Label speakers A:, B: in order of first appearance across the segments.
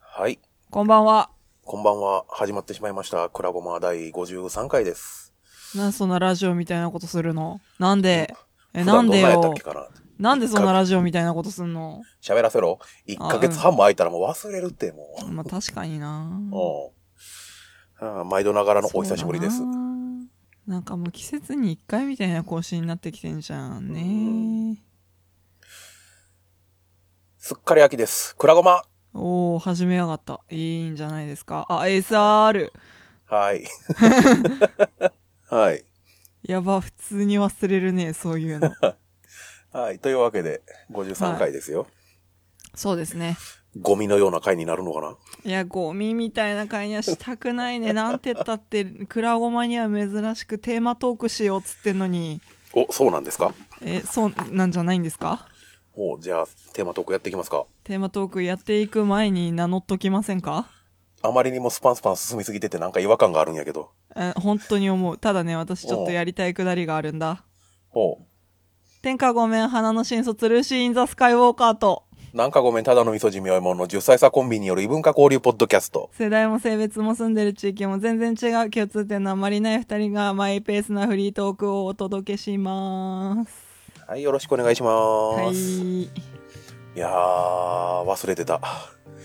A: はい。
B: こんばんは。
A: こんばんは。始まってしまいました。クラゴマ第53回です。
B: なんでそんなラジオみたいなことするのなんでえ、
A: 普
B: な
A: 段
B: んで
A: どんやったっ
B: よ
A: け。かな
B: なんでそんなラジオみたいなことすんの
A: 喋らせろ。1ヶ月半も空いたらもう忘れるって、も
B: まあ確かにな。
A: う。うん。うん毎度ながらの
B: そ
A: お
B: うだ
A: 久
B: な
A: しぶりです。
B: なんかもう季節に一回みたいな更新になってきてんじゃんね。
A: すっかり秋です。クラゴマ
B: おー、始めやがった。いいんじゃないですか。あ、SR。
A: はい。はい。
B: やば、普通に忘れるね、そうい うの。
A: はい。というわけで、53回ですよ。
B: そうですね。
A: ゴミのような回になるのかない
B: や、ゴミみたいな会にはしたくないね。なんてったって、クラゴマには珍しくテーマトークしようっつってんのに、
A: お、そうなんですか
B: え、そうなんじゃないんですか
A: おじゃあ、テーマトークやっていきますか。
B: テーマトークやっていく前に名乗っときませんか
A: あまりにもスパンスパン進みすぎててなんか違和感があるんやけど。
B: え本当に思う。ただね、私ちょっとやりたいくだりがあるんだ。
A: お
B: 天下ごめん、花の新卒、ルーシー・イン・ザ・スカイ・ウォーカーと、
A: なんかごめん、ただの味噌じみおいもんの10歳差コンビによる異文化交流ポッドキャスト。
B: 世代も性別も住んでる地域も全然違う共通点のあまりない二人がマイペースなフリートークをお届けします。
A: はい、よろしくお願いします。、
B: はいい。
A: やー、忘れてた。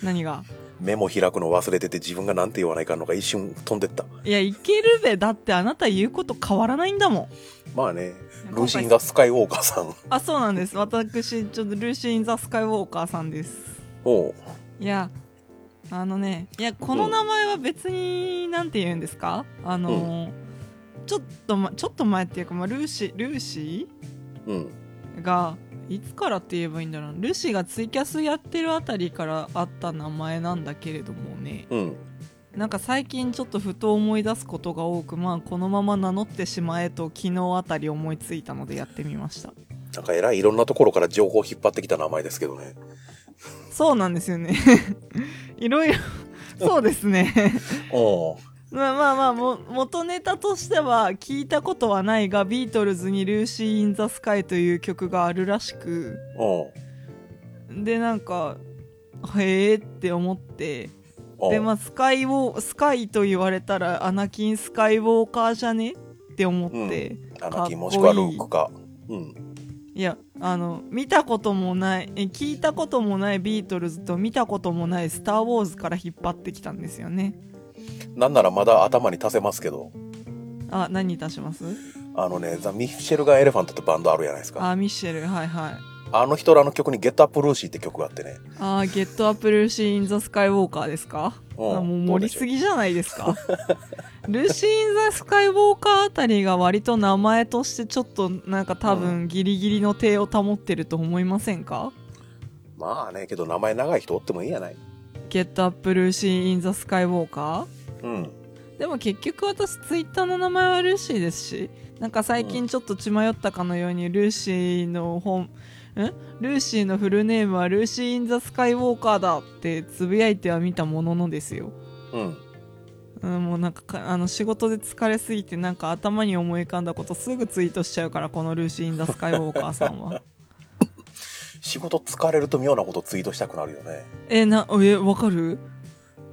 B: 何が
A: メモ開くの忘れてて自分がなんて言わないかんのが一瞬飛んでった。
B: いや、いけるべ。だってあなた言うこと変わらないんだもん。
A: まあね、
B: 今回
A: ルーシー・ザ・スカイウォーカーさん。
B: あ、そうなんです。私、ちょっとルーシー・イン・ザ・スカイ・ウォーカーさんです。
A: おう
B: いや、あのね、いや、この名前は別に、なんて言うんですかあの、ちょっと、ま、ちょっと前っていうか、まあ、ルーシー、ルーシ
A: うん。
B: ーが、いつからって言えばいいんだろう。ルーシーがツイキャスやってるあたりからあった名前なんだけれどもね。
A: うん。
B: なんか最近ちょっとふと思い出すことが多くまあこのまま名乗ってしまえと昨日あたり思いついたのでやってみました
A: なんかえらいいろんなところから情報を引っ張ってきた名前ですけどね。
B: そうなんですよね いろいろそうですね
A: おう
B: まあまあまあも元ネタとしては聞いたことはないがビートルズに「ルーシー・イン・ザ・スカイ」という曲があるらしく
A: おう
B: でなんかへえって思って
A: おう
B: でまあスカイウォースカイと言われたらアナキン・スカイウォーカーじゃねって思って、
A: ア
B: か
A: ナ
B: っこい
A: キ
B: い
A: ンもしくはルークか。うん。
B: いやあの見たこともないえ聞いたこともないビートルズと見たこともない「スター・ウォーズ」から引っ張ってきたんですよね
A: なんならまだ頭に足せますけど。
B: あ何いたします
A: あのね、ザ・ミッシェルガン・エレファントってバンドあるじゃないですか。
B: あミッシェルはいはい
A: あの人らの曲にゲットアップルーシーって曲があってね。
B: あゲットアップルーシー・イン・ザ・スカイ・ウォーカーですかあ
A: うん
B: もう盛りすぎじゃないですかルーシー・イン・ザ・スカイ・ウォーカーあたりが割と名前としてちょっとなんか多分ギリギリの手を保ってると思いませんか
A: まあね、けど名前長い人おってもいいやない。
B: ゲットアップルーシー・イン・ザ・スカイ・ウォーカー
A: うん。
B: でも結局私ツイッターの名前はルーシーですしなんか最近ちょっと血迷ったかのようにルーシーの本んルーシーのフルネームはルーシー・イン・ザ・スカイ・ウォーカーだってつぶやいてはみたもののですよ、
A: うん。
B: うん、もうなんかかあの仕事で疲れすぎてなんか頭に思い浮かんだことすぐツイートしちゃうからこのルーシー・イン・ザ・スカイ・ウォーカーさんは
A: 仕事疲れると妙なことツイートしたくなるよね。
B: えなえわかる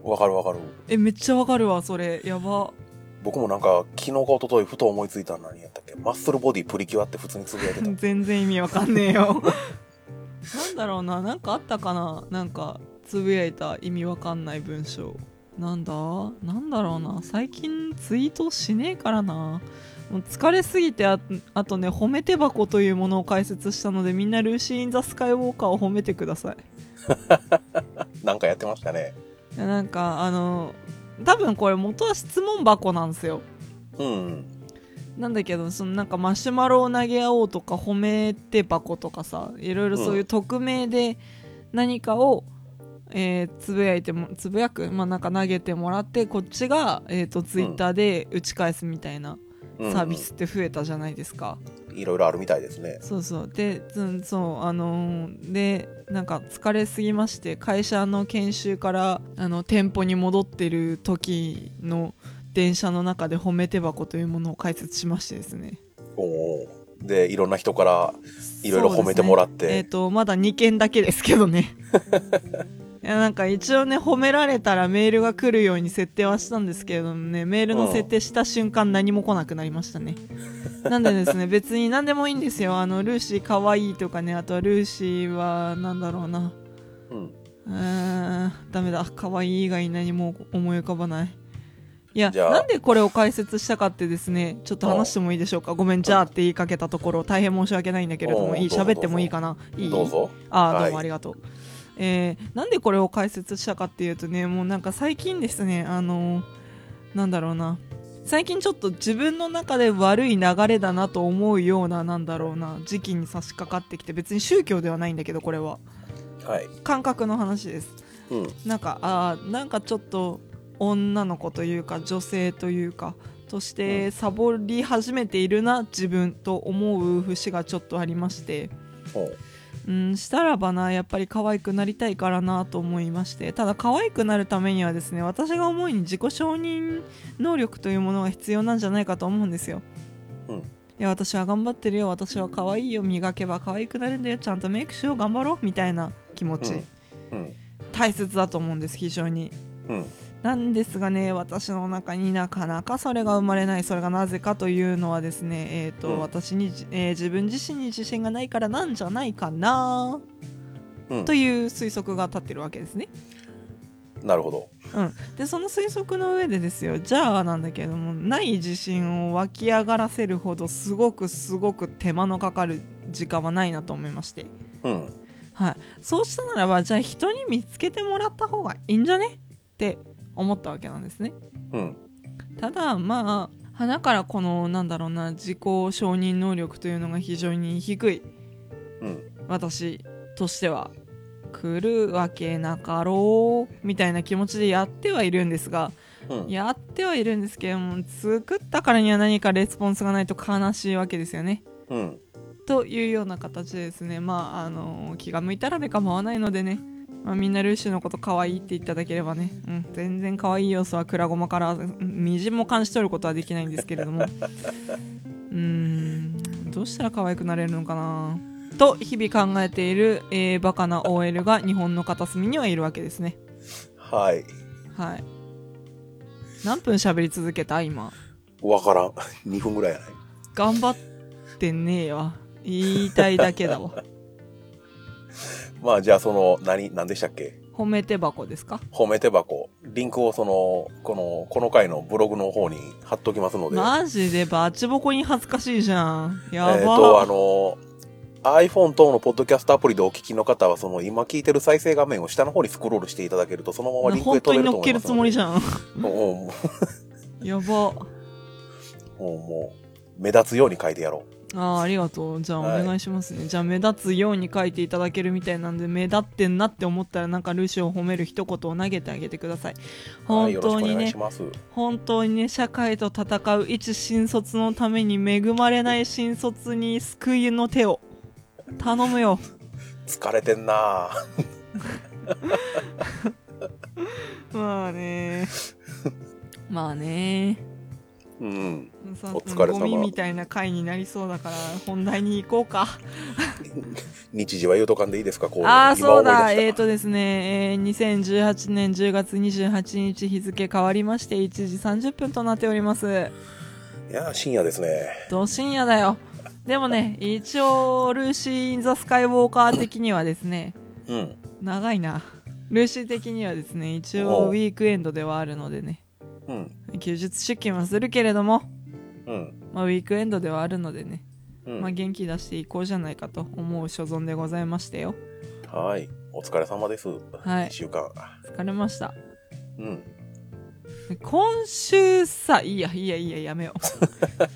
A: わかるわかる。
B: えめっちゃわかるわそれやば
A: 僕もなんか、昨日か一昨日ふと思いついたのにやったっけマッスルボディプリキュアって普通につぶやいてた。
B: 全然意味わかんねえよなんだろうななんかあったかななんかつぶやいた意味わかんない文章なんだなんだろうな最近ツイートしねえからなもう疲れすぎてああとね褒め手箱というものを解説したのでみんなルーシー・イン・ザ・スカイ・ウォーカーを褒めてください
A: なんかやってましたね。
B: いやなんかあの多分これ元は質問箱なんですよ
A: うん。
B: なんだけどそのなんかマシュマロを投げ合おうとか褒めて箱とかさいろいろそういう匿名で何かを、えーつぶやいてもつぶやく、まあ、なんか投げてもらってこっちが、えー、とツイッターで打ち返すみたいな
A: うん
B: サービスって増えたじゃないですか、
A: いろいろあるみたいですね。
B: そうそうでつそうあのーでなんか疲れすぎまして会社の研修からあの店舗に戻ってる時の電車の中で褒めて箱というものを開設しましてですね
A: おお。で、いろんな人からいろいろ褒めてもらっ。
B: そうですねえって とまだ2件だけですけどねいやなんか一応ね褒められたらメールが来るように設定はしたんですけれどもねメールの設定した瞬間何も来なくなりましたねなんでですね別に何でもいいんですよあのルーシー可愛いとかねあとはルーシーはなんだろうな
A: うん。
B: うーんダメだ可愛い以外何も思い浮かばないいや
A: じゃあ
B: なんでこれを解説したかってですねちょっと話してもいいでしょうかごめんじゃあって言いかけたところ大変申し訳ないんだけれど
A: お
B: も
A: う
B: いい
A: どうぞ
B: 喋ってもいいかないい
A: どうぞ。
B: あ
A: は
B: ー
A: い
B: どうもありがとう、えーなんでこれを解説したかっていうとねもうなんか最近ですねあのーなんだろうな最近ちょっと自分の中で悪い流れだなと思うようななんだろうな時期に差し掛かってきて別に宗教ではないんだけどこれは
A: はい。
B: 感覚の話です
A: うん。
B: なんかあーなんかちょっと女の子というか女性というかとしてサボり始めているな自分と思う節がちょっとありまして
A: ほう
B: うん、したらばなやっぱり可愛くなりたいからなと思いましてただ可愛くなるためにはですね私が思うに自己承認能力というものが必要なんじゃないかと思うんですよ
A: うん
B: いや私は頑張ってるよ私は可愛いよ磨けば可愛くなるんだよちゃんとメイクしよう頑張ろうみたいな気持ち、
A: うん。
B: 大切だと思うんです非常に
A: うん。
B: なんですがね私の中になかなかそれが生まれないそれがなぜかというのはですね、えーと
A: うん
B: 私にじ、えー自分自身に自信がないからなんじゃないかな
A: うん
B: という推測が立ってるわけですね。
A: なるほど。
B: うん、でその推測の上でですよじゃあなんだけれどもない自信を湧き上がらせるほどすごくすごく手間のかかる時間はないなと思いまして、
A: うん。
B: はい、そうしたならばじゃあ人に見つけてもらった方がいいんじゃねって思ったわけなんですね。
A: うん。
B: ただまあ花からこのなんだろうな自己承認能力というのが非常に低い
A: うん。
B: 私としては来るわけなかろうみたいな気持ちでやってはいるんですが
A: うん。
B: やってはいるんですけども作ったからには何かレスポンスがないと悲しいわけですよね。
A: うん。
B: というような形でですねまああの気が向いたらで構わないのでね、まあ、みんなルーシーのこと可愛いって言っていただければね、うん、全然可愛い要素はくらごまからうんみじんも感じ取ることはできないんですけれども うーんどうしたら可愛くなれるのかなと日々考えている、えーバカな OL が日本の片隅にはいるわけですね
A: はい。
B: はい何分喋り続けた今
A: わからん。2分ぐ らいやない。
B: 頑張ってねえわ言いたいだけだわ
A: まあじゃあその、何、何でしたっけ
B: 褒めて箱ですか
A: 褒めて箱。リンクをその、この、この回のブログの方に貼っときますので。
B: マジでバチボコに恥ずかしいじゃん。やば、
A: えっ、と、あの、iPhone 等のポッドキャストアプリでお聞きの方は、その今聞いてる再生画面を下の方にスクロールしていただけると、そのまま
B: な
A: リンク
B: 本
A: へ
B: 当
A: 飛
B: に
A: べる
B: 乗
A: と
B: っ
A: 思
B: け
A: い
B: る
A: ます
B: つ
A: ので。
B: もりじ ゃん。
A: もうも
B: やば。
A: う、もう、もう、目立つように書いてやろ
B: あーありがとう。じゃあお
A: はい
B: 願いしますね。じゃあ目立つように書いていただけるみたいなんで、目立ってんなって思ったら、なんかルシを褒める一言を投げてあげてください。
A: う。はい、
B: 本
A: よろしくお
B: 当に
A: 願い
B: ね
A: し、ます。
B: 本当にね、社会と戦う一新卒のために恵まれない新卒に救いの手を。頼むよ。
A: 疲れてんなぁ。
B: ま あね。まあね。
A: うん。
B: そう
A: お疲れ様
B: ゴミみたいな回になりそうだから本題に行こうか
A: 日時は言うとかんでいいですかこういうの
B: ああー
A: 今
B: そうだ
A: 思い出
B: え
A: し
B: っ、ー、
A: た
B: とですね、えー2018年10月28日日付変わりまして1時30分となっております
A: いやー、深夜ですね。
B: ど深夜だよでもね一応ルーシー・イン・ザ・スカイ・ウォーカー的にはですね
A: うん。
B: 長いなルーシー的にはですね一
A: お
B: 応
A: う
B: ウィークエンドではあるのでね
A: うん。
B: 休日出勤はするけれども、
A: うん。
B: まあ、ウィークエンドではあるのでね
A: うん。
B: まあ、元気出していこうじゃないかと思う所存でございましたよ
A: はい。お疲れ様です。
B: はい
A: 一週間。
B: 疲れました
A: うん。
B: 今週さいいやいいやいいややめよう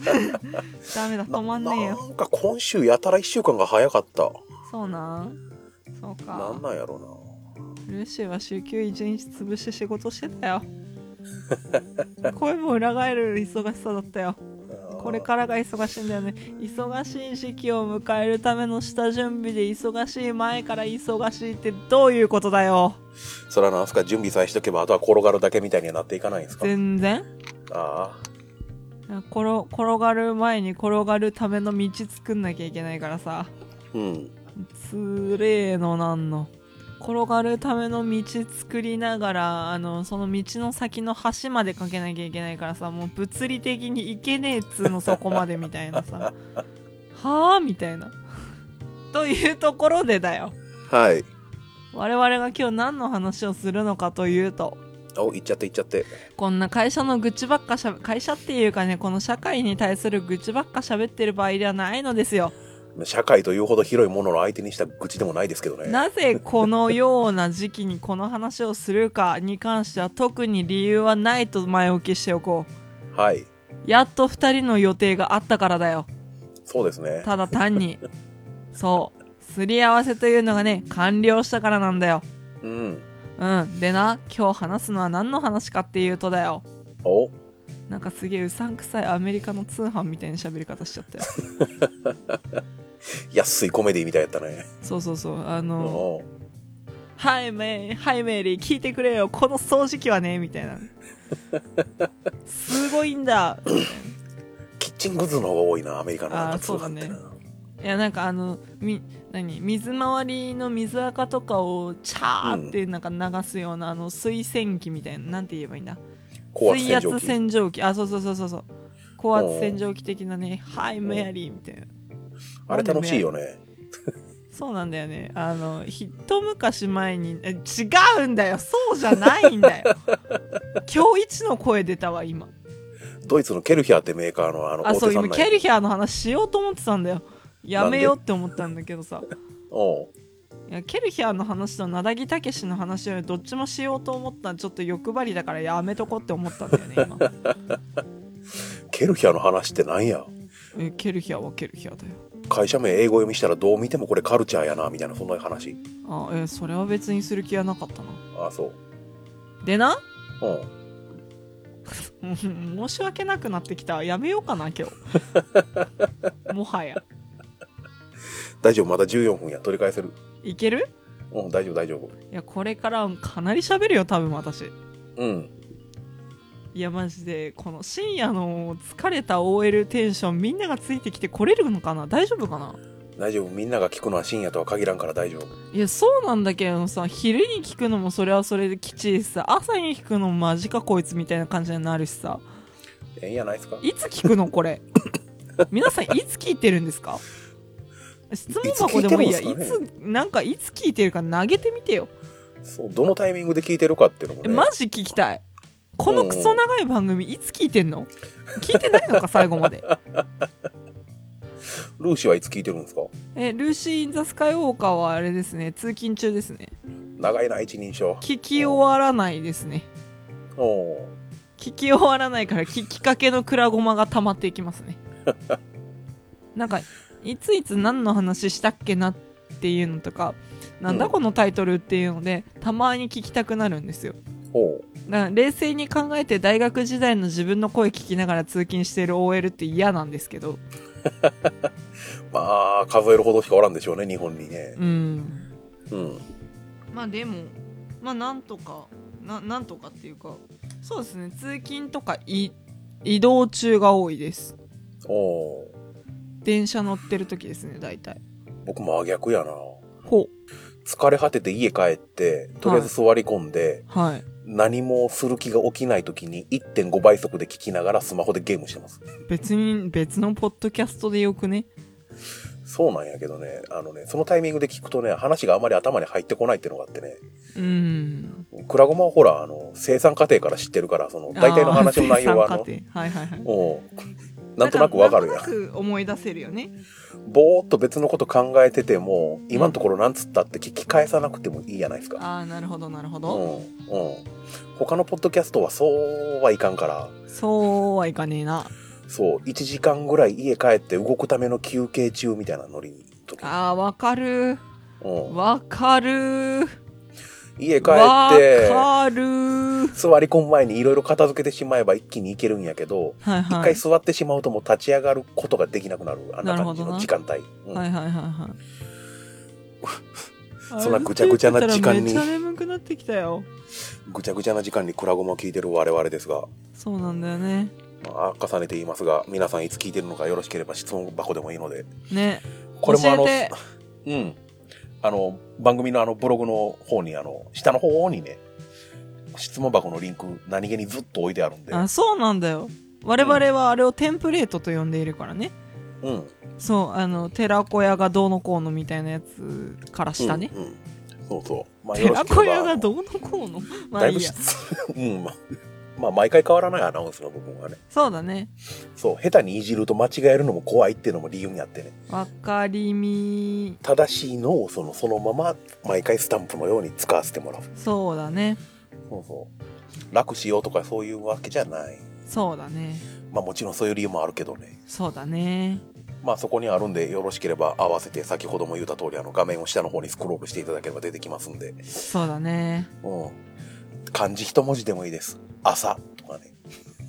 B: ダメだ止まんねえ
A: な
B: よ
A: んか今週やたら一週間が早かった。
B: そうなんそう
A: な
B: か
A: んなんやろう
B: ルーシーは週休1日潰して仕事してたよ声も裏返る忙しさだったよ
A: な
B: これからが忙しいんだよね忙しい時期を迎えるための下準備で忙しい前から忙しいってどういうことだよ
A: そらなんすか準備さえしとけばあとは転がるだけみたいにはなっていかないんですか
B: 全然
A: ああ
B: 転転がる前に転がるための道作んなきゃいけないからさ
A: うん
B: つれえのなんの転がるための道作りながらあのその道の先の橋までかけなきゃいけないからさもう物理的に行けねえっつうのそこまでみたいなさ はあみたいな というところでだよ
A: はい。
B: 我々が今日何の話をするのかというと
A: お、行っちゃって行っちゃって。
B: こんな会社の愚痴ばっかしゃ会社っていうかねこの社会に対する愚痴ばっか喋ってる場合ではないのですよ
A: 社会というほど広いものの相手にした愚痴でもないですけどね。
B: なぜこのような時期にこの話をするかに関しては特に理由はないと前置きしておこう
A: はい。
B: やっと2人の予定があったからだよ
A: そうですね。
B: ただ単にそうすり合わせというのがね完了したからなんだよ
A: うん。
B: うんでな今日話すのは何の話かっていうとだよ
A: お、
B: なんかすげえうさんくさいアメリカの通販みたいな喋り方しちゃったよ
A: 安いコメディみたいやったね。
B: そうそうそうあ
A: うん。
B: のはい、メイ、はい、メイリー、聞いてくれよ、この掃除機はね、みたいな。すごいんだ。
A: キッチングッズの方が多いな、アメリカのなん
B: あ
A: か
B: ー
A: 通販ってな。
B: そういや、なんかあの、み、何、水回りの水垢とかを、チャーってなんか流すような、あの、水洗機みたいな、なんて言えばいいんだ。
A: 高圧
B: 水
A: 洗浄
B: 圧
A: 機。
B: 洗浄機。あ、そうそうそうそうそう。高圧洗浄機的なね、はい、メアリー、みたいな。
A: あれ楽しいよね。
B: そうなんだよね。あの、一昔前に、え違うんだよ。そうじゃないん だよ。今日一の声出たわ、今。
A: ドイツのケルヒャーってメーカーのあの
B: あ、
A: 大
B: そう、
A: 手さ
B: 今、
A: ん
B: ケ
A: ヒャー
B: ルヒャーの話しようと思ってたんだよ。やめようって思ったんだけどさ。
A: おう
B: いやケルヒャーの話となだぎたけしの話よりどっちもしようと思ったらちょっと欲張りだからやめとこうって思ったんだよね、今。
A: ケルヒャーの話ってなんや
B: えケルヒャーはケルヒャーだよ。
A: 会社名英語読みしたらどう見てもこれカルチャーやなみたいなそんな話
B: あ、えそれは別にする気はなかったな。
A: ああそう
B: でな、
A: うん
B: うん申し訳なくなってきた。やめようかな、今 日。もはや。
A: 大丈夫まだ14分や取り返せる
B: いける
A: うん大丈夫大丈夫
B: いや、これからかなり喋るよ、多分私。
A: うん
B: いやマジでこの深夜の疲れた OL テンションみんながついてきてこれるのかな大丈夫かな
A: 大丈夫みんなが聞くのは深夜とは限らんから大丈夫
B: いやそうなんだけどさ昼に聞くのもそれはそれできちいしさ朝に聞くのもマジかこいつみたいな感じになるしさ
A: ええんやないですか
B: いつ聞くの これ皆さんいつ聞いてるんですか質問箱でもいいや
A: い
B: い
A: つ聞いてるんです
B: つ,、なんかいつ聞いてるか投げてみてよ、
A: そうどのタイミングで聞いてるかっていうのも
B: え
A: ね、
B: マジ聞きたいこのクソ長い番組いつ聞いてんの聞いてないのか最後まで
A: ルーシーはいつ聞いてるんですか
B: えルーシー・イン・ザ・スカイ・ウォーカーはあれですね通勤中ですね
A: 長いな一人称
B: 聞き終わらないですね
A: おう
B: 聞き終わらないから聞きかけのくらごまが溜まっていき ますねなんかいついつ何の話したっけなっていうのとかなん
A: う
B: だ
A: ん
B: このタイトルっていうのでたまに聞きたくなるんですよ
A: おう
B: だから冷静に考えて大学時代の自分の声聞きながら通勤してる OL って嫌なんですけど
A: まあ数えるほどしかおらんでしょうね日本にね
B: うん
A: うん
B: まあでもまあなんとかななんとかっていうかそうですね通勤とかい移動中が多いです
A: おう
B: 電車乗ってる時ですね大体
A: 僕も真逆やな
B: ほ
A: 疲れ果てて家帰ってとりあえず座り込んで、
B: はい
A: 何もする気が起きない時に1.5倍速で聞きながらスマホでゲームしてます。
B: 別に別のポッドキャストでよくね
A: そうなんやけどね、あのね、そのタイミングで聞くとね、話があまり頭に入ってこないっていうのがあってね、
B: うん
A: クラゴマはほら、あの、生産過程から知ってるから、その、大体の話の内容は、あ
B: あー
A: の、
B: 生産過程はいはいはい
A: もう、なんとなくわかるやん
B: なん。となく思い出せるよね
A: ぼーっと別のこと考えてても、今のところなんつったって聞き返さなくてもいいじゃないですか。
B: ああなるほどなるほ
A: うん、う
B: ど、
A: ん。他のポッドキャストはそうはいかんから、
B: そうはいかねえな
A: そう、1時間ぐらい家帰って動くための休憩中みたいなノリに。
B: あーわかる
A: うん、
B: わかる
A: 家帰
B: わ
A: って
B: かる
A: 座り込む前にいろいろ片付けてしまえば一気にいけるんやけど
B: はい
A: 一、
B: はい
A: 回座ってしまうともう立ち上がることができなくなるあんな感じの時間帯、うん
B: はいはいはいはい。
A: そんなぐちゃぐちゃな時間に
B: めっちゃ眠くなってきたよ。
A: ぐちゃぐちゃな時間にクラゴマを聞いてる我々ですが、
B: そうなんだよね。
A: まあ、重ねて言いますが皆さんいつ聞いてるのかよろしければ質問箱でもいいので
B: ね。
A: これもあの
B: 教えて
A: うんあの、番組のあのブログの方に、あの、下の方にね、質問箱のリンク、何気にずっと置いてあるんで。
B: あそうなんだよ我々はあれをテンプレートと呼んでいるからね
A: うん。
B: そうあの寺子屋がどうのこうのみたいなやつから下ね、
A: うん。うんそうそう。ま
B: 寺子屋が
A: う
B: どうの こうのまあ
A: だい
B: い
A: ぶ
B: いや
A: 質、うん。まあ、まあ、毎回変わらないアナウンスの部分はね。
B: そうだね
A: そう、下手にいじると間違えるのも怖いっていうのも理由にあってね。
B: わかりみ
A: 正しいのをそのそのまま、毎回スタンプのように使わせてもらう。
B: そうだね
A: そうそう。楽しようとかそういうわけじゃない。
B: そうだね
A: まあもちろんそういう理由もあるけどね。
B: そうだね
A: まあそこにあるんで、よろしければ合わせて、先ほども言った通り、あの画面を下の方にスクロールしていただければ出てきますんで。
B: そうだね
A: うん。漢字一文字でもいいです。朝とかね。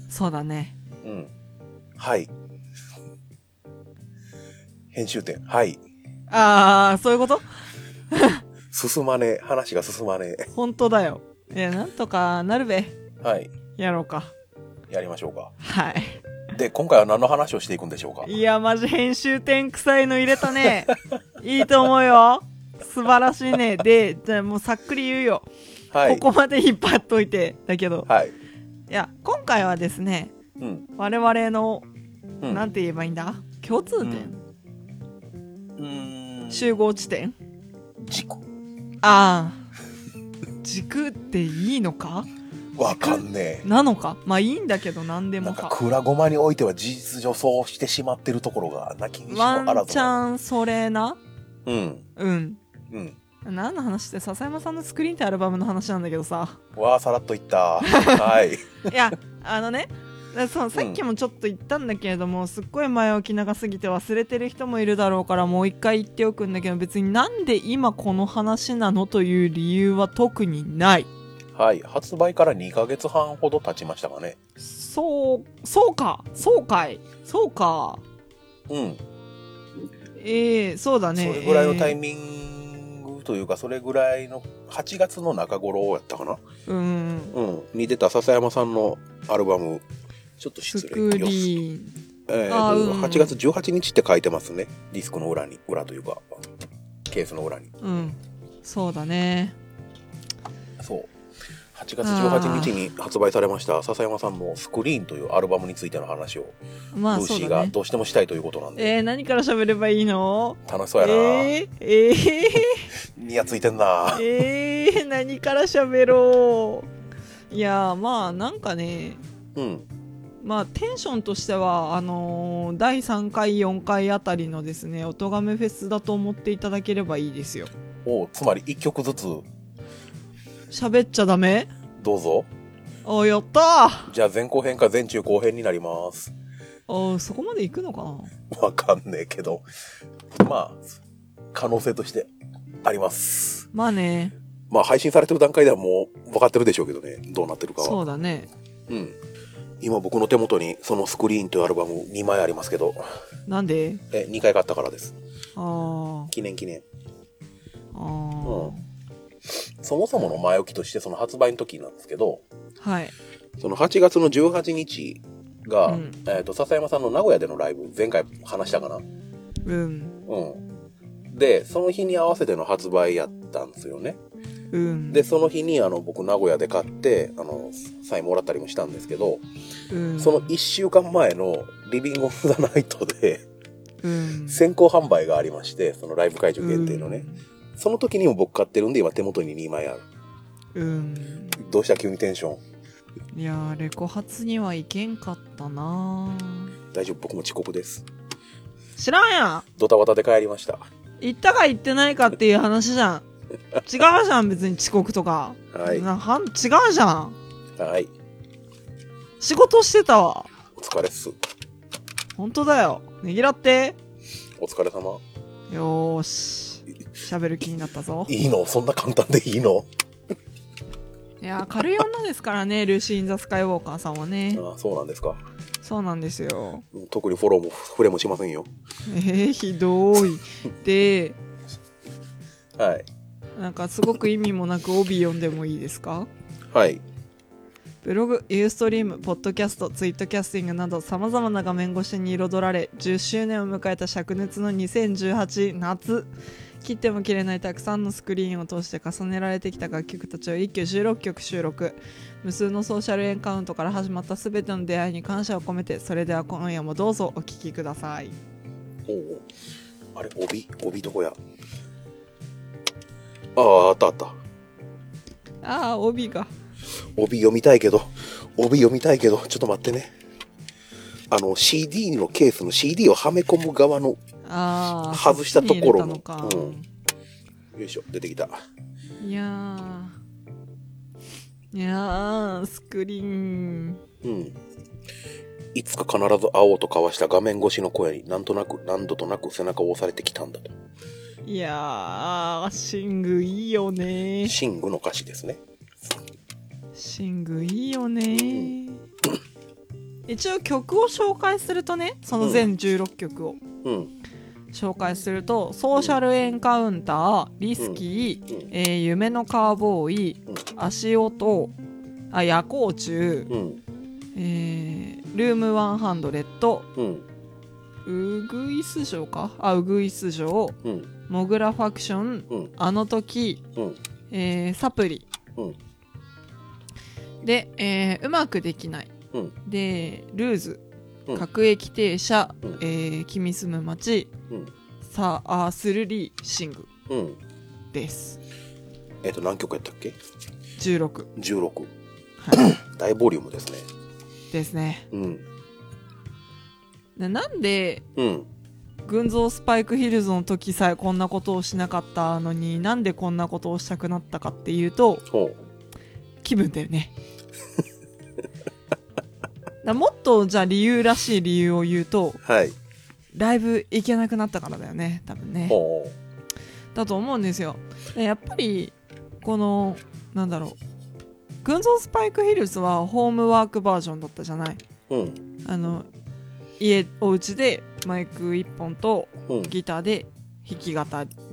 B: そうだね
A: うん。はい。編集点。はい。
B: ああそういうこと
A: 進まねえ。話が進まねえ。
B: 本当だよいやなんとかなるべ
A: はい。
B: やろうか
A: やりましょうか。
B: はい
A: で、今回は何の話をしていくんでしょうか。
B: いや、マジ編集点臭いの入れ たね。いいと思うよ。素晴らしいね。で、じゃあもうさっくり言うよ。
A: はい。
B: ここまで引っ張っといて。だけど。
A: はい。
B: いや、今回はですね、
A: うん。
B: 我々の、
A: うん。
B: なんて言えばいいんだ共通点、
A: うん。
B: 集合地点
A: 軸。
B: ああ。 軸っていいのか
A: わかんね
B: なのかまあいいんだけど何で
A: え。な
B: も
A: んか、
B: か。
A: 蔵ごまにおいては事実上そうしてしまってるところが、泣きにしも
B: ワ
A: あら
B: ン
A: ず。
B: チャンそれな
A: うん。
B: うん。
A: うん。
B: 何の話って笹山さんのスクリーンってアルバムの話なんだけどさ。
A: わあ、さらっとい った。はい。
B: いやあのねだそうさっきもちょっと言ったんだけれども、すっごい前置き長すぎて忘れてる人もいるだろうからもう一回言っておくんだけど別になんで今この話なのという理由は特にない
A: はい。発売から2ヶ月半ほど経ちましたかね。
B: そうそうかそうかいそうか
A: うん。
B: ええそうだね
A: それぐらいのタイ
B: ム、
A: ミングというか、それぐらいの8月の中頃やったかな、
B: えーうん
A: うん、に出た笹山さんのアルバム、ちょっと
B: ス
A: 失
B: ク
A: 礼。よし
B: リーン
A: えー
B: あーうん
A: 8月18日って書いてますね。ディスクの裏に、裏というか、ケースの裏に。
B: うんそうだね
A: そう。8月18日に発売されました笹山さんの「スクリーン」というアルバムについての話をル
B: まあ
A: ーシ
B: そう
A: ー
B: だ
A: が
B: ね
A: どうしてもしたいということなんで、
B: えー、何から喋ればいいの
A: 楽し
B: え
A: そうやな、
B: ー、えー、
A: ニヤついてんな、
B: えー、 何から喋ろういやーまあなんかね
A: うん
B: まあテンションとしてはあのー第3回4回あたりのですねおとがめフェスだと思っていただければいいですよ
A: おうつまり1曲ずつ
B: 喋っちゃダメ
A: どうぞ
B: あやったー
A: じゃあ前後編か前中後編になります。
B: あそこまで行くのかな
A: わかんねえけど。まあ、可能性としてあります。
B: まあね
A: まあ配信されてる段階ではもう分かってるでしょうけどね。どうなってるかは。
B: そうだね
A: うん。今僕の手元にそのスクリーンというアルバム2枚ありますけど、
B: なんで
A: え、2回買ったからです。
B: あー
A: 記念記念。
B: あー
A: そもそもの前置きとしてその発売の時なんですけど、
B: はい
A: その8月の18日が、
B: うん
A: えっ、と、笹山さんの名古屋でのライブ、前回話したかな。
B: うん
A: うん。で、その日に合わせての発売やったんですよね。
B: うん
A: で、その日にあの僕名古屋で買って、あの、サインもらったりもしたんですけど、
B: うん
A: その1週間前のリビングオブザナイトで
B: うん
A: 先行販売がありまして、そのライブ会場限定のね。その時にも僕買ってるんで今手元に2枚ある。
B: うんうん
A: どうした急にテンション。
B: いやーレコ発には行けんかったなー
A: 大丈夫、僕も遅刻です。
B: 知らんや
A: ドタバタで帰りました。
B: ん行ったか行ってないかっていう話じゃん違うじゃん別に遅刻とか、
A: はい
B: なはん違うじゃん
A: はい。
B: 仕事してたわ
A: お疲れっす。
B: 本当だよねぎらって
A: お疲れ様。
B: よーし喋る気になったぞ
A: いいのそんな簡単でいいの
B: いやー軽い女ですからねルーシー・イン・ザ・スカイ・ウォーカーさんはね
A: ああ、そうなんですか。
B: そうなんですよ
A: 特にフォローも触れもしませんよ。
B: えー、ひどいで
A: はい。
B: なんかすごく意味もなく帯読んでもいいですか
A: はい。
B: ブログ、ユーストリーム、ポッドキャスト、ツイートキャスティングなど様々な画面越しに彩られ10周年を迎えた灼熱の2018夏切っても切れないたくさんのスクリーンを通して重ねられてきた楽曲たちを一挙16曲収録無数のソーシャルエンカウントから始まった全ての出会いに感謝を込めてそれでは今夜もどうぞお聴きください
A: おうおうあれ帯帯どこやあああったあった
B: ああ帯が
A: 帯読みたいけど帯読みたいけどちょっと待ってねあの CD のケースの CD をはめ込む側の
B: ああ
A: 外したところの
B: のか、
A: よいしょ出てきた
B: いやーいやースクリーン
A: うんいつか必ず会おうと交わした画面越しの声になんとなく何度となく背中を押されてきたんだと
B: いやーシングいいよね
A: シングの歌詞ですね
B: シングいいよね一応曲を紹介するとねその全16曲を
A: うん
B: 紹介すると「ソーシャルエンカウンター」「リスキー」えー夢のカーボーイ」「足音」あ「夜光虫
A: う」ん
B: えールーム100」
A: うん
B: 「ウグイス城」かあウグイス城」
A: うん
B: 「モグラファクション」
A: うん
B: あの時」
A: うん
B: えーサプリ」
A: うん
B: で、えーうまくできない」
A: うん
B: で「ルーズ」
A: うん
B: 各駅停車」
A: うん
B: えー君住む街」
A: うん
B: さあースルリーシング
A: うん
B: です
A: えっ、と何曲やったっけ
B: 16
A: 16
B: は
A: 大ボリュームですね
B: いですね
A: うん
B: でなんで
A: うん
B: 群像スパイクヒルズの時さえこんなことをしなかったのになんでこんなことをしたくなったかっていうと
A: ほう
B: 気分だよ ねだもっとじゃあ理由らしい理由を言うと
A: はい
B: ライブ行けなくなったからだよね多分ね
A: ほう
B: だと思うんですよでやっぱりこのなんだろう群像スパイクヒルズはホームワークバージョンだったじゃない
A: うん
B: あの家お家でマイク1本と
A: うん
B: ギターで弾き語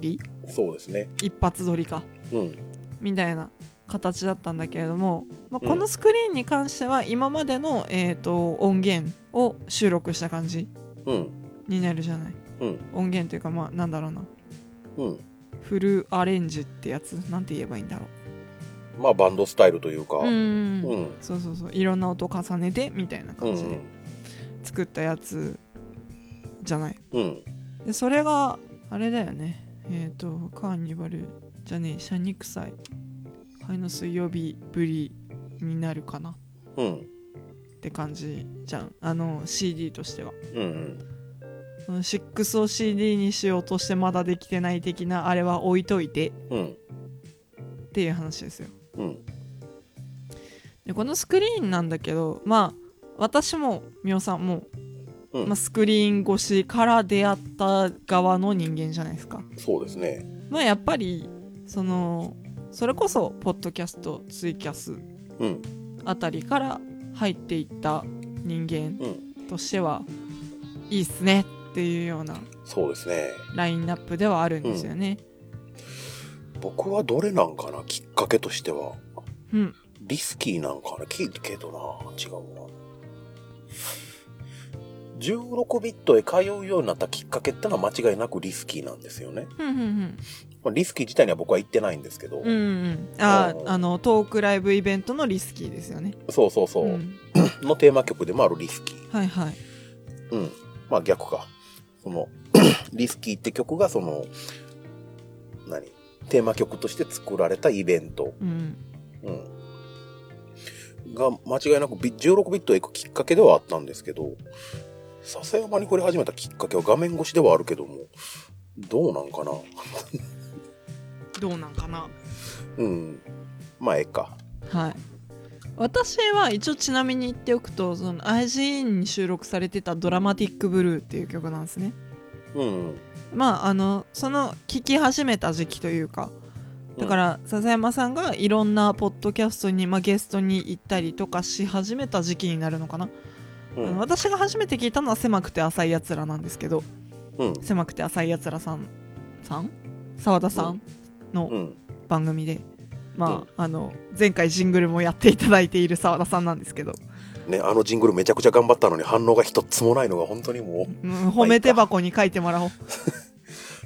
B: り
A: そうですね
B: 一発撮りか
A: うん
B: みたいな形だったんだけれども、まあ、
A: うん
B: このスクリーンに関しては今までの、えー、と音源を収録した感じ
A: うん
B: になるじゃない
A: うん
B: 音源というかまあなんだろうな
A: うん
B: フルアレンジってやつなんて言えばいいんだろ
A: まあバンドスタイルというか
B: うう
A: うんん
B: そうそうそういろんな音を重ねてみたいな
A: う
B: 感じで
A: ん
B: 作ったやつじゃない
A: うん
B: でそれがあれだよねえっ、とカーニバルじゃねえシャニクサイ灰の水曜日ぶりになるかな
A: うん
B: って感じじゃんあの CD としては
A: うん
B: その6を CD にしようとしてまだできてない的なあれは置いといて
A: うん
B: っていう話ですよ
A: うん
B: でこのスクリーンなんだけどまあ私もみおさんも、
A: うん
B: まあ、スクリーン越しから出会った側の人間じゃないですか
A: そうですね
B: まあやっぱりそのそれこそポッドキャストツイキャス
A: うん
B: あたりから入っていった人間
A: うん
B: としてはいいっすねっていうような
A: そうですね
B: ラインナップではあるんですよね。
A: 僕はどれなんかなきっかけとしては
B: うん、
A: リスキーなんかな聞いてけどな違うな16ビットへ通うようになったきっかけってのは間違いなくリスキーなんですよね。
B: ふんふんふん
A: まあリスキー自体には僕は行ってないんですけど、
B: うんうんあ
A: おう
B: あのトークライブイベントのリスキーですよね。
A: そうそうそう、
B: ん、
A: のテーマ曲でもあるリスキー。
B: はいはい。
A: うん。まあ逆か。その、 リスキーって曲がその、何テーマ曲として作られたイベント。
B: うん
A: うん。が、間違いなくビ16ビットへ行くきっかけではあったんですけど、笹山に触れ始めたきっかけは画面越しではあるけども、どうなんかな
B: どうなんかな。
A: うん。まあ、ええか。
B: はい。私は一応ちなみに言っておくとその IGN に収録されてた「ドラマティック・ブルー」っていう曲なんですね
A: うん。
B: まああのその聴き始めた時期というかだから笹山さんがいろんなポッドキャストに、まあ、ゲストに行ったりとかし始めた時期になるのかな、
A: う
B: あの
A: ん。
B: 私が初めて聞いたのは「狭くて浅いやつら」なんですけど
A: うん。
B: 狭くて浅いやつらさんさん澤田さんの
A: うん。
B: 番組で、
A: う
B: ま
A: ん
B: ああの前回ジングルもやっていただいている澤田さんなんですけど、
A: ね、あのジングルめちゃくちゃ頑張ったのに反応が一つもないのが本当にも
B: うん、褒めて箱に書いてもらお
A: う、
B: う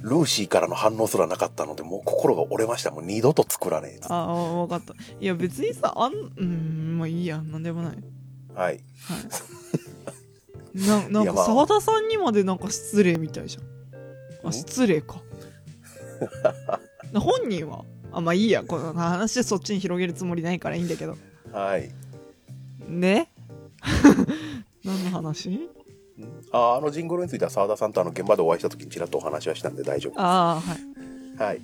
A: ルーシーからの反応すらなかったので、もう心が折れました。もう二度と作らねえつ。
B: ああ分かったいや別にさあんうんまあいいやなんでも ない
A: はい。
B: はい。ななん
A: いや
B: か
A: まあ
B: 澤田さんにまでなんか失礼みたいじゃん。あ
A: ん
B: 失礼か。 な本人はあまあいいやこの話そっちに広げるつもりないからいいんだけど。
A: はい。
B: ね 何の話
A: ああのジングルについては澤田さんとあの現場でお会いした時にちらっとお話はしたんで大丈夫
B: ああはい。
A: はい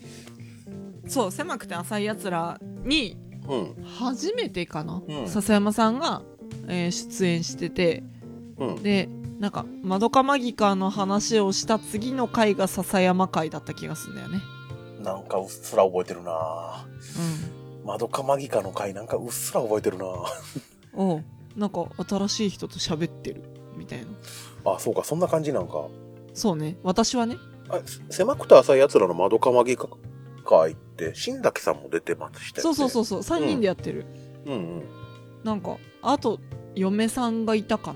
B: そう狭くて浅いやつらに
A: うん
B: 初めてかな、
A: うん
B: 笹山さんが、えー出演してて
A: うん
B: でなんか「まどかマギカ」の話をした次の回が笹山回だった気がするんだよね。
A: なんかうっすら覚えてるな
B: うん
A: まどかマギカの回なんかうっすら覚えてるな
B: おなんか新しい人と喋ってるみたいな
A: あそうかそんな感じなんか
B: そうね私はね
A: あせ狭くて浅いやつらのまどかマギカ回って新崎さんも出てました
B: そうそうそううそう3人でやってる、
A: うんうん
B: なんかあと嫁さんがいたか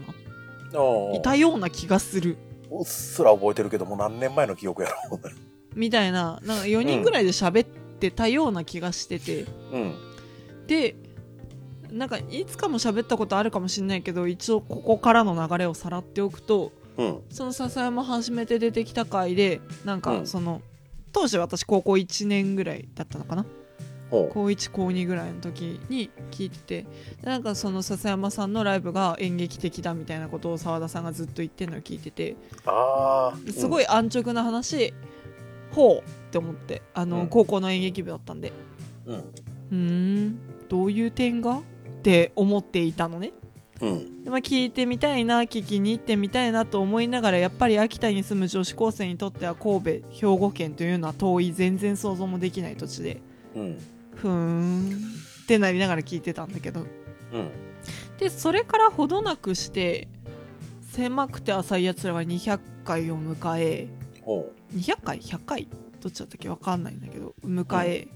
B: な
A: ああ
B: いたような気がする
A: うっすら覚えてるけどもう何年前の記憶やろ
B: みたいななんか4人ぐらいで喋ってたような気がしてて、
A: うん
B: でなんかいつかも喋ったことあるかもしれないけど一応ここからの流れをさらっておくと
A: うん
B: その笹山初めて出てきた回でなん
A: う
B: か
A: ん
B: その、当時私高校1年ぐらいだったのかな
A: ほ
B: 高1高2ぐらいの時に聞いててでなんかその笹山さんのライブが演劇的だみたいなことを澤田さんがずっと言ってるのを聞いてて
A: うああ
B: すご
A: い、
B: い安直な話、ほうって思ってあの、
A: うん
B: 高校の演劇部だったんで
A: うん
B: うーんどういう点がって思っていたのね
A: うん
B: でまあ、聞いてみたいな聞きに行ってみたいなと思いながらやっぱり秋田に住む女子高生にとっては神戸兵庫県というのは遠い全然想像もできない土地で
A: うん
B: ふーんってなりながら聞いてたんだけど
A: うん
B: でそれからほどなくして狭くて浅いやつらが200回を迎え
A: ほ
B: 200回100回どっちだったっけ分かんないんだけど迎え、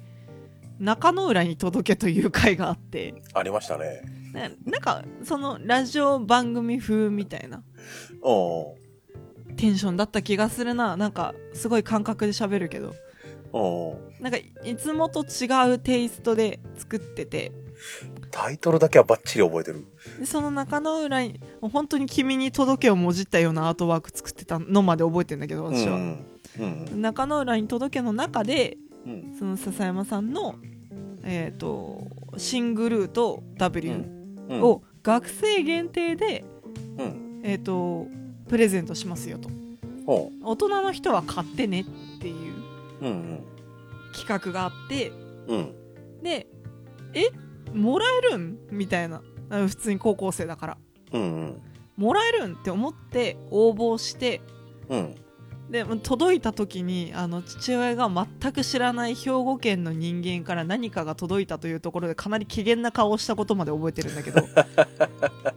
B: 中野浦に届けという回があって
A: うありましたね
B: ななんかそのラジオ番組風みたいな
A: うん
B: テンションだった気がするななんかすごい感覚で喋るけど
A: うんうん
B: なんかいいつもと違うテイストで作ってて
A: タイトルだけはバッチリ覚えてる。
B: でその中野裏にもう本当に「君に届け」をもじったようなアートワーク作ってたのまで覚えてんだけど私は、
A: うん。
B: 中野裏に届けの中で
A: うん。
B: その笹山さんのえっ、とシングルーと W
A: うん。
B: を学生限定で、
A: うん。
B: えっ、とプレゼントしますよと
A: ほ
B: 大人の人は買ってねっていう
A: う。うん。
B: 企画があって
A: うん。
B: でえもらえるんみたいなあの普通に高校生だから
A: うん。
B: もらえるんって思って応募して
A: うん。
B: でもう届いた時にあの父親が全く知らない兵庫県の人間から何かが届いたというところでかなり機嫌な顔をしたことまで覚えてるんだけど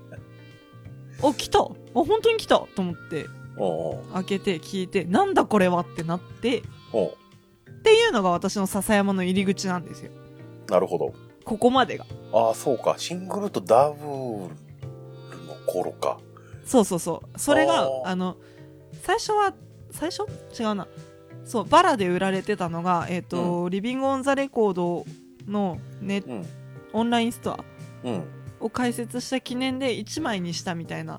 B: お来たお本当に来たと思って
A: ほ
B: 開けて聞いてなんだこれはってなってっ
A: う。ほ
B: ていうのが私の笹山の入り口なんですよ
A: う。なるほど。
B: ここまでが
A: ああ、そうか。シングルとダブルの頃か。
B: そうそうそうそれが
A: おー
B: あの最初は最初違うなそうバラで売られてたのが、えっとリビング・オン・ザ・レコードのネ
A: うん。
B: オンラインストア
A: うん。
B: を開設した記念で1枚にしたみたいな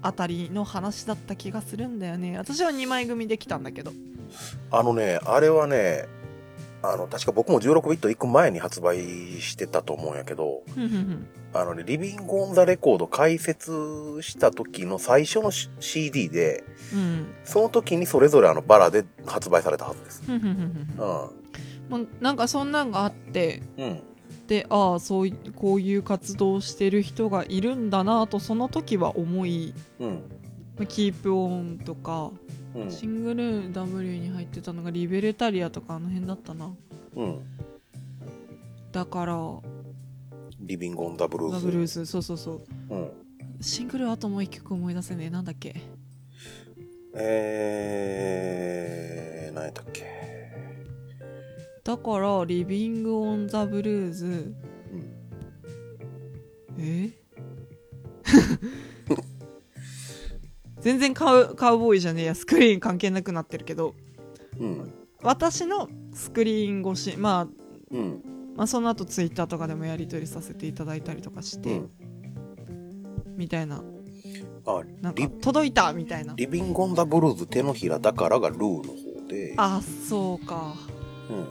B: あたりの話だった気がするんだよね私は2枚組できたんだけど
A: あのね、あれはね、あの、確か僕も16ビット行く前に発売してたと思うんやけど、
B: ふんふんふん
A: あのね、リビング・オン・ザ・レコード解説した時の最初の CD で、
B: うん
A: その時にそれぞれあのバラで発売されたはずです。
B: ふんふんふんふん
A: う
B: ふん
A: ん。
B: まなんかそんなんがあって
A: うん。
B: でああそういこういう活動をしてる人がいるんだなとその時は思い
A: うん。
B: まあキープオンとか、
A: うん。
B: シングル W に入ってたのがリベルタリアとかあの辺だったな
A: うん。
B: だから
A: リビング・オン・ザ・ブル
B: ダ
A: ー
B: ブルー
A: ズ。
B: スそうそうそう
A: うん。
B: シングルあともう一曲思い出せねえなんだっけ
A: えー、何やったっけ。
B: だからリビング・オン・ザ・ブルーズ
A: うん。
B: え 全然カウカウボーイじゃねえやスクリーン関係なくなってるけど
A: うん
B: 私のスクリーン越し、まあ、
A: うん
B: まあその後ツイッターとかでもやり取りさせていただいたりとかし
A: う
B: て、
A: ん
B: みたいな
A: あ
B: なんか
A: リ
B: 届いたみたいな
A: リビング・オン・ザ・ブルーズ手のひらだからがルーの方で
B: あそうか
A: うん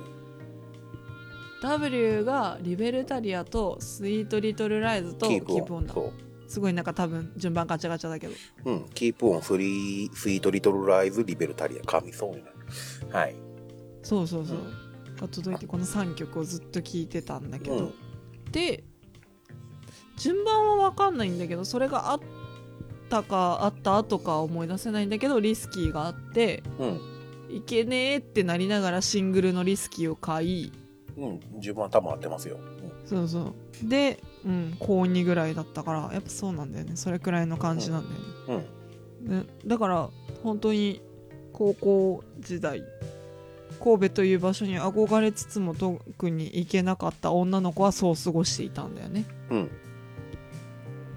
B: W がリベルタリアとスイートリトルライズとキ
A: キープ
B: ープ
A: オ
B: オ
A: ン
B: ンだ
A: そう
B: すごいなんか多分順番ガチャガチャだけど
A: うん、キープオン、スリー、スイートリトルライズ、リベルタリア、神そうみたいな。はい。
B: そうそうそう、
A: う
B: が届いてこの3曲をずっと聴いてたんだけ
A: う
B: ど、
A: ん。
B: で順番は分かんないんだけどそれがあったかあった後かは思い出せないんだけどリスキーがあって
A: うん。
B: いけねえってなりながらシングルのリスキーを買い
A: うん。順番多分合ってますよ。うん
B: そうそうで、うん、高2ぐらいだったからやっぱそうなんだよねそれくらいの感じなんだよね、
A: うん。
B: ね、だから本当に高校時代神戸という場所に憧れつつも特に行けなかった女の子はそう過ごしていたんだよね
A: うん。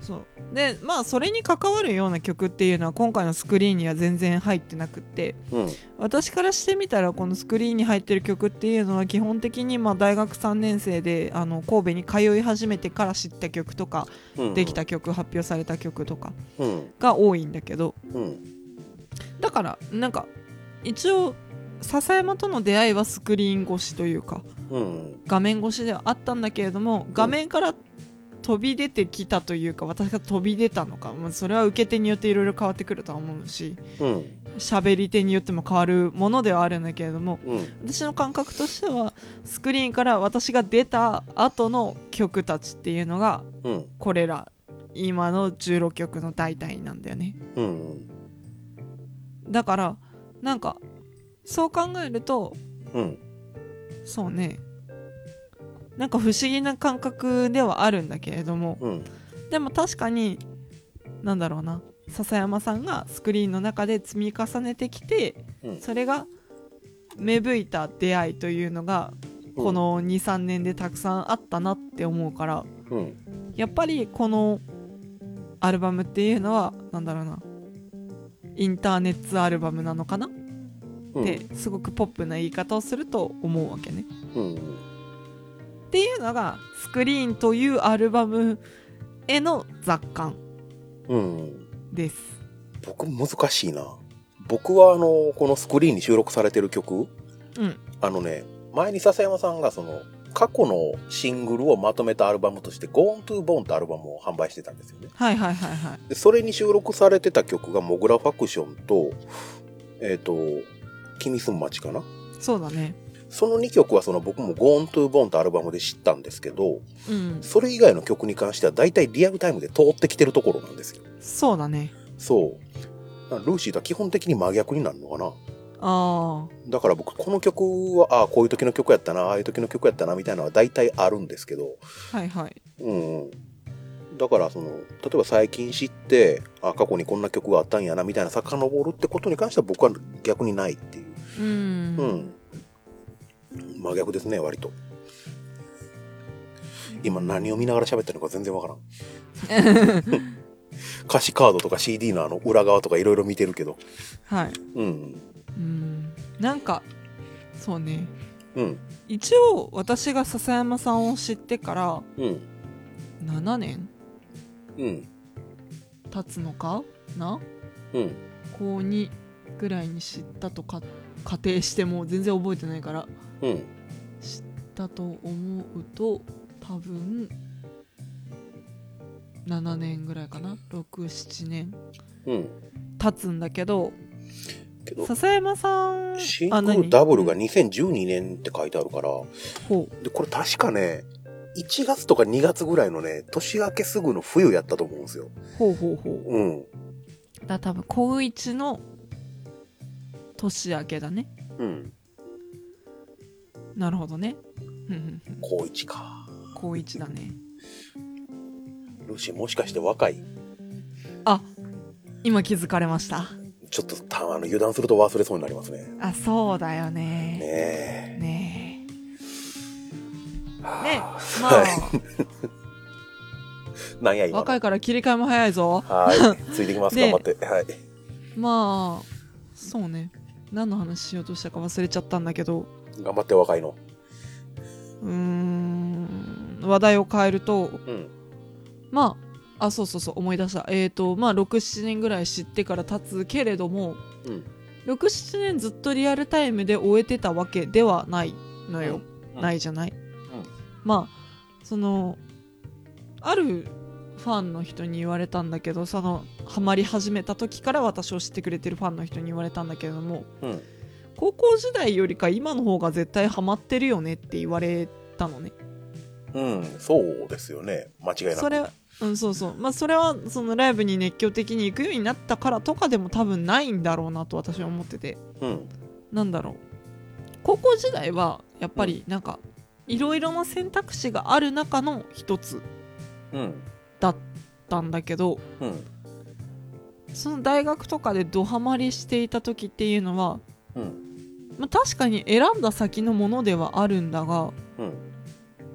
B: そうでまあそれに関わるような曲っていうのは今回のスクリーンには全然入ってなくって
A: うん。
B: 私からしてみたらこのスクリーンに入ってる曲っていうのは基本的にまあ大学3年生であの神戸に通い始めてから知った曲とか
A: うん。
B: できた曲発表された曲とか
A: うん。
B: が多いんだけど
A: うん。
B: だからなんか一応笹山との出会いはスクリーン越しというか
A: うん。
B: 画面越しではあったんだけれども画面から飛び出てきたというか私が飛び出たのか、まあ、それは受け手によっていろいろ変わってくるとは思うし
A: うん。
B: 喋り手によっても変わるものではあるんだけれども
A: うん。
B: 私の感覚としてはスクリーンから私が出た後の曲たちっていうのが
A: うん。
B: これら今の16曲の大体なんだよね。
A: うん。
B: だからなんかそう考えると
A: うん。
B: そうねなんか不思議な感覚ではあるんだけれども
A: うん。
B: でも確かになんだろうな笹山さんがスクリーンの中で積み重ねてきて
A: うん
B: それが芽吹いた出会いというのがこ、の23年でたくさんあったなって思うから
A: うん。
B: やっぱりこのアルバムっていうのはなんだろうなインターネットアルバムなのかな
A: うん。
B: ってすごくポップな言い方をすると思うわけね。
A: うん。
B: っていうのが「スクリーン」というアルバムへの雑感
A: うん。
B: です
A: 僕、難しいな。僕は、あの、このスクリーンに収録されてる曲、
B: うん
A: あのね、前に笹山さんがその、過去のシングルをまとめたアルバムとして、Gone to Bone ってアルバムを販売してたんですよね。
B: はいはいはいはい
A: でそれに収録されてた曲がモグラファクションと、えっ、と、君住む街かな
B: そうだね
A: その2曲はその僕も Gone to Bone とアルバムで知ったんですけど、
B: うん
A: それ以外の曲に関しては大体リアルタイムで通ってきてるところなんですよ。
B: そうだね
A: そう。ルーシーとは基本的に真逆になるのかな
B: あ
A: だから僕この曲は、ああ、こういう時の曲やったな、ああいう時の曲やったな、みたいなのは大体あるんですけど、
B: あはいはい
A: うんうん、だからその例えば最近知ってあ過去にこんな曲があったんやなみたいな遡るってことに関しては僕は逆にないっていう、
B: うん
A: うん真逆ですね割と今何を見ながら喋ってるのか全然わからん歌詞カードとか CD のあの裏側とかいろいろ見てるけど
B: はい
A: うん
B: うんなんかそうね
A: うん
B: 一応私が笹山さんを知ってから
A: うん
B: 7年
A: うん
B: 経つのかな
A: うん
B: 高2ぐらいに知ったとか仮定してもう全然覚えてないから
A: うん
B: 知ったと思うと多分7年ぐらいかな67年
A: うん
B: 経つんだけど
A: けど
B: 笹山さん
A: シン
B: あ
A: グ
B: 何
A: ルダブルが2012年って書いてあるから、
B: ほう
A: で、これ確かね、1月とか2月ぐらいのね、年明けすぐの冬やったと思うんですよ。
B: ほうほうほ
A: うん。
B: うだから多分高1の年明けだね
A: うん。
B: なるほどねふんふんふ
A: 高
B: ん
A: 1か。
B: 高1だね
A: ルーシーもしかして若い
B: あ今気づかれました
A: ちょっとたあの油断すると忘れそうになりますね。
B: あそうだよね
A: ね
B: ねえ
A: え。
B: ね
A: はあ
B: まあ
A: はいなんや今の。
B: 若いから切り替えも早いぞ
A: はい。ついてきます。
B: ね
A: 頑張って。はい。
B: まあそうね何の話しようとしたか忘れちゃったんだけど
A: 頑張って若いの。
B: うーん話題を変えると
A: うん。
B: まああそうそうそう思い出したえっ、とまあ67年ぐらい知ってから経つけれども
A: うん。
B: 67年ずっとリアルタイムで終えてたわけではないのよ、
A: うん
B: ないじゃない、まあそのあるファンの人に言われたんだけどそのハマり始めた時から私を知ってくれてるファンの人に言われたんだけれども
A: うん。
B: 高校時代よりか今の方が絶対ハマってるよねって言われたのね
A: うん。そうですよね。間違いなく。
B: それうんそうそうまあそれはそのライブに熱狂的に行くようになったからとかでも多分ないんだろうなと私は思ってて
A: うん。
B: なんだろう高校時代はやっぱりなんかいろいろな選択肢がある中の一つ
A: うん。
B: だったんだけど
A: うん。
B: その大学とかでドハマりしていた時っていうのは、
A: うん。
B: まあ、確かに選んだ先のものではあるんだが
A: うん。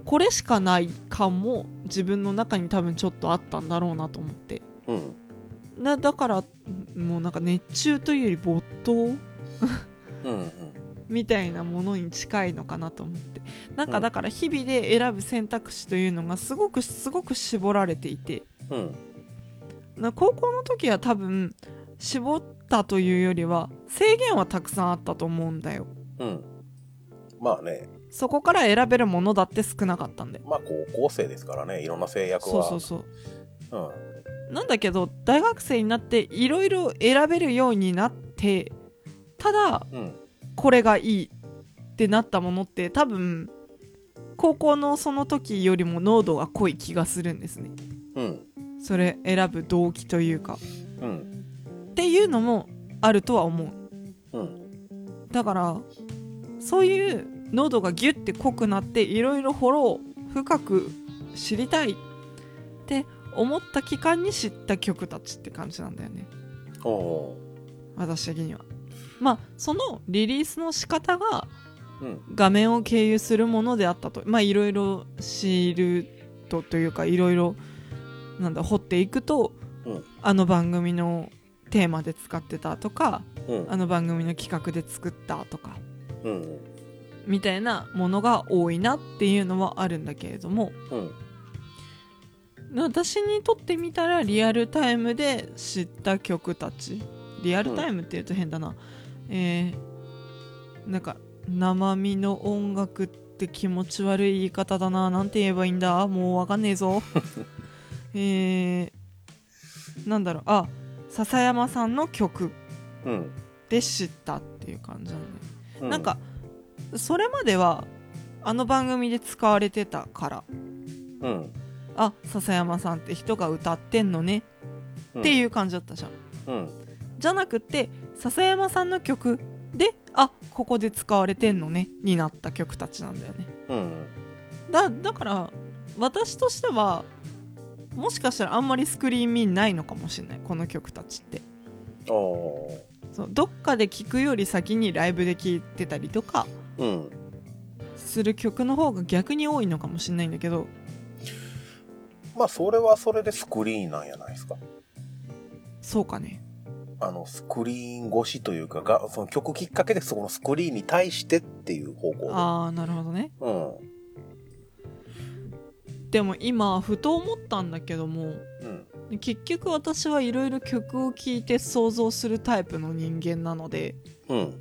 B: これしかない感も自分の中に多分ちょっとあったんだろうなと思って
A: うん。
B: なだからもうなんか熱中というより没頭
A: うん。
B: みたいなものに近いのかなと思ってなん
A: う
B: か
A: ん
B: だから日々で選ぶ選択肢というのがすごくすごく絞られていて
A: うん。
B: な高校の時は多分絞ったというよりは制限はたくさんあったと思うんだよ
A: うん。まあね、
B: そこから選べるものだって少なかったんで
A: まあ高校生ですからね、いろんな制約
B: そう
A: は。
B: そうそう
A: うん。
B: なんだけど大学生になっていろいろ選べるようになってただ
A: うん。
B: これがいいってなったものって多分高校のその時よりも濃度が濃い気がするんですね
A: うん。
B: それ選ぶ動機というか
A: うん。
B: っていうのもあるとは思う
A: うん。
B: だからそういう濃度がギュッて濃くなっていろいろフォロー深く知りたいって思った期間に知った曲たちって感じなんだよね
A: おお
B: 私的にはまあそのリリースの仕方が
A: ー。うん。
B: 画面を経由するものであったとまあいろいろ知るとというかいろいろなんだ掘っていくと、
A: うん
B: あの番組のテーマで使ってたとか
A: うん。
B: あの番組の企画で作ったとか
A: うん。
B: みたいなものが多いなっていうのはあるんだけれども
A: うん。
B: 私にとってみたらリアルタイムで知った曲たちリアルタイムって言うと変だな、えーなんか生身の音楽って気持ち悪い言い方だななんて言えばいいんだもうわかんねえ ぞえー、なんだろうあ笹山さんの曲
A: うん。
B: で知ったっていう感じなんだよね
A: う
B: なん、かそれまではあの番組で使われてたから
A: うん。
B: あ笹山さんって人が歌ってんのねって
A: う
B: いう感じだったじゃ
A: ん。
B: ん、
A: うん。
B: じゃなくて笹山さんの曲であここで使われてんのねになった曲たちなんだよね
A: うん。
B: だだから私としてはもしかしたらあんまりスクリーンミーないのかもしれないこの曲たちって
A: おお
B: そうどっかで聴くより先にライブで聴いてたりとか
A: ー。うん。
B: する曲の方が逆に多いのかもしれないんだけど
A: まあそれはそれでスクリーンなんやないですか。
B: そうかね
A: あの、スクリーン越しというか、がその曲きっかけでそこのスクリーンに対してっていう方向で。
B: ああなるほどね
A: うん。
B: でも今ふと思ったんだけども
A: うん。
B: 結局私はいろいろ曲を聴いて想像するタイプの人間なので
A: うん。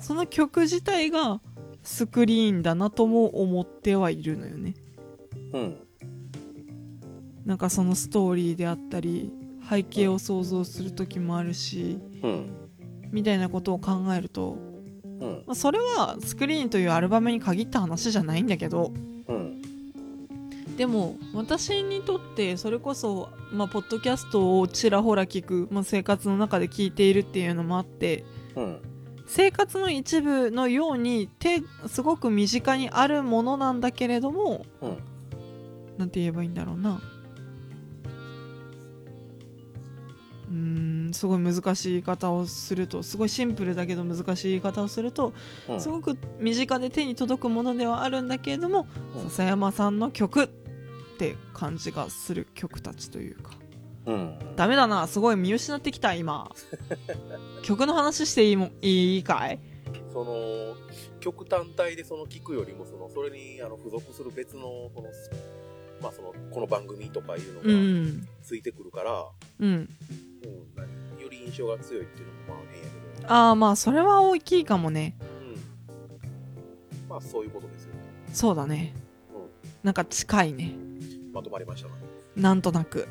B: その曲自体がスクリーンだなとも思ってはいるのよね
A: うん。
B: なんかそのストーリーであったり背景を想像する時もあるし
A: うん。
B: みたいなことを考えると、
A: うん。
B: まあ、それはスクリーンというアルバムに限った話じゃないんだけど
A: うん。
B: でも私にとってそれこそ、まあ、ポッドキャストをちらほら聞く、まあ、生活の中で聞いているっていうのもあって
A: うん。
B: 生活の一部のように手すごく身近にあるものなんだけれども
A: うん。
B: なんて言えばいいんだろうなうーんすごい難しい言い方をするとすごいシンプルだけど難しい言い方をすると
A: うん
B: すごく身近で手に届くものではあるんだけれども、
A: うん
B: 笹山さんの曲って感じがする曲たちというか
A: うん。
B: ダメだなすごい見失ってきた 今曲の話していいもんいいかい
A: その、曲単体でその聞くよりも、その、それにあの付属する別の、その、まあその、この番組とかいう
B: う
A: のが
B: ん
A: ついてくるから、
B: うん
A: うん、何より印象が強いっていうのもまあ変やけど、
B: ああまあそれは大きいかもね
A: うん。まあそういうことですよね。
B: そうだね
A: う
B: なんか近いね
A: ん。まとまりましたな。
B: なんとなく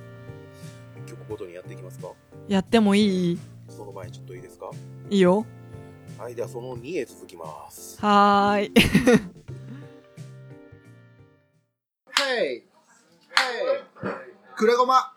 A: 曲ごとにやっていきますか
B: やってもいい
A: その前にちょっといいですか
B: いいよ
A: はい、ではその2へ続きます。
B: はーい
C: はい。はい。くれごま。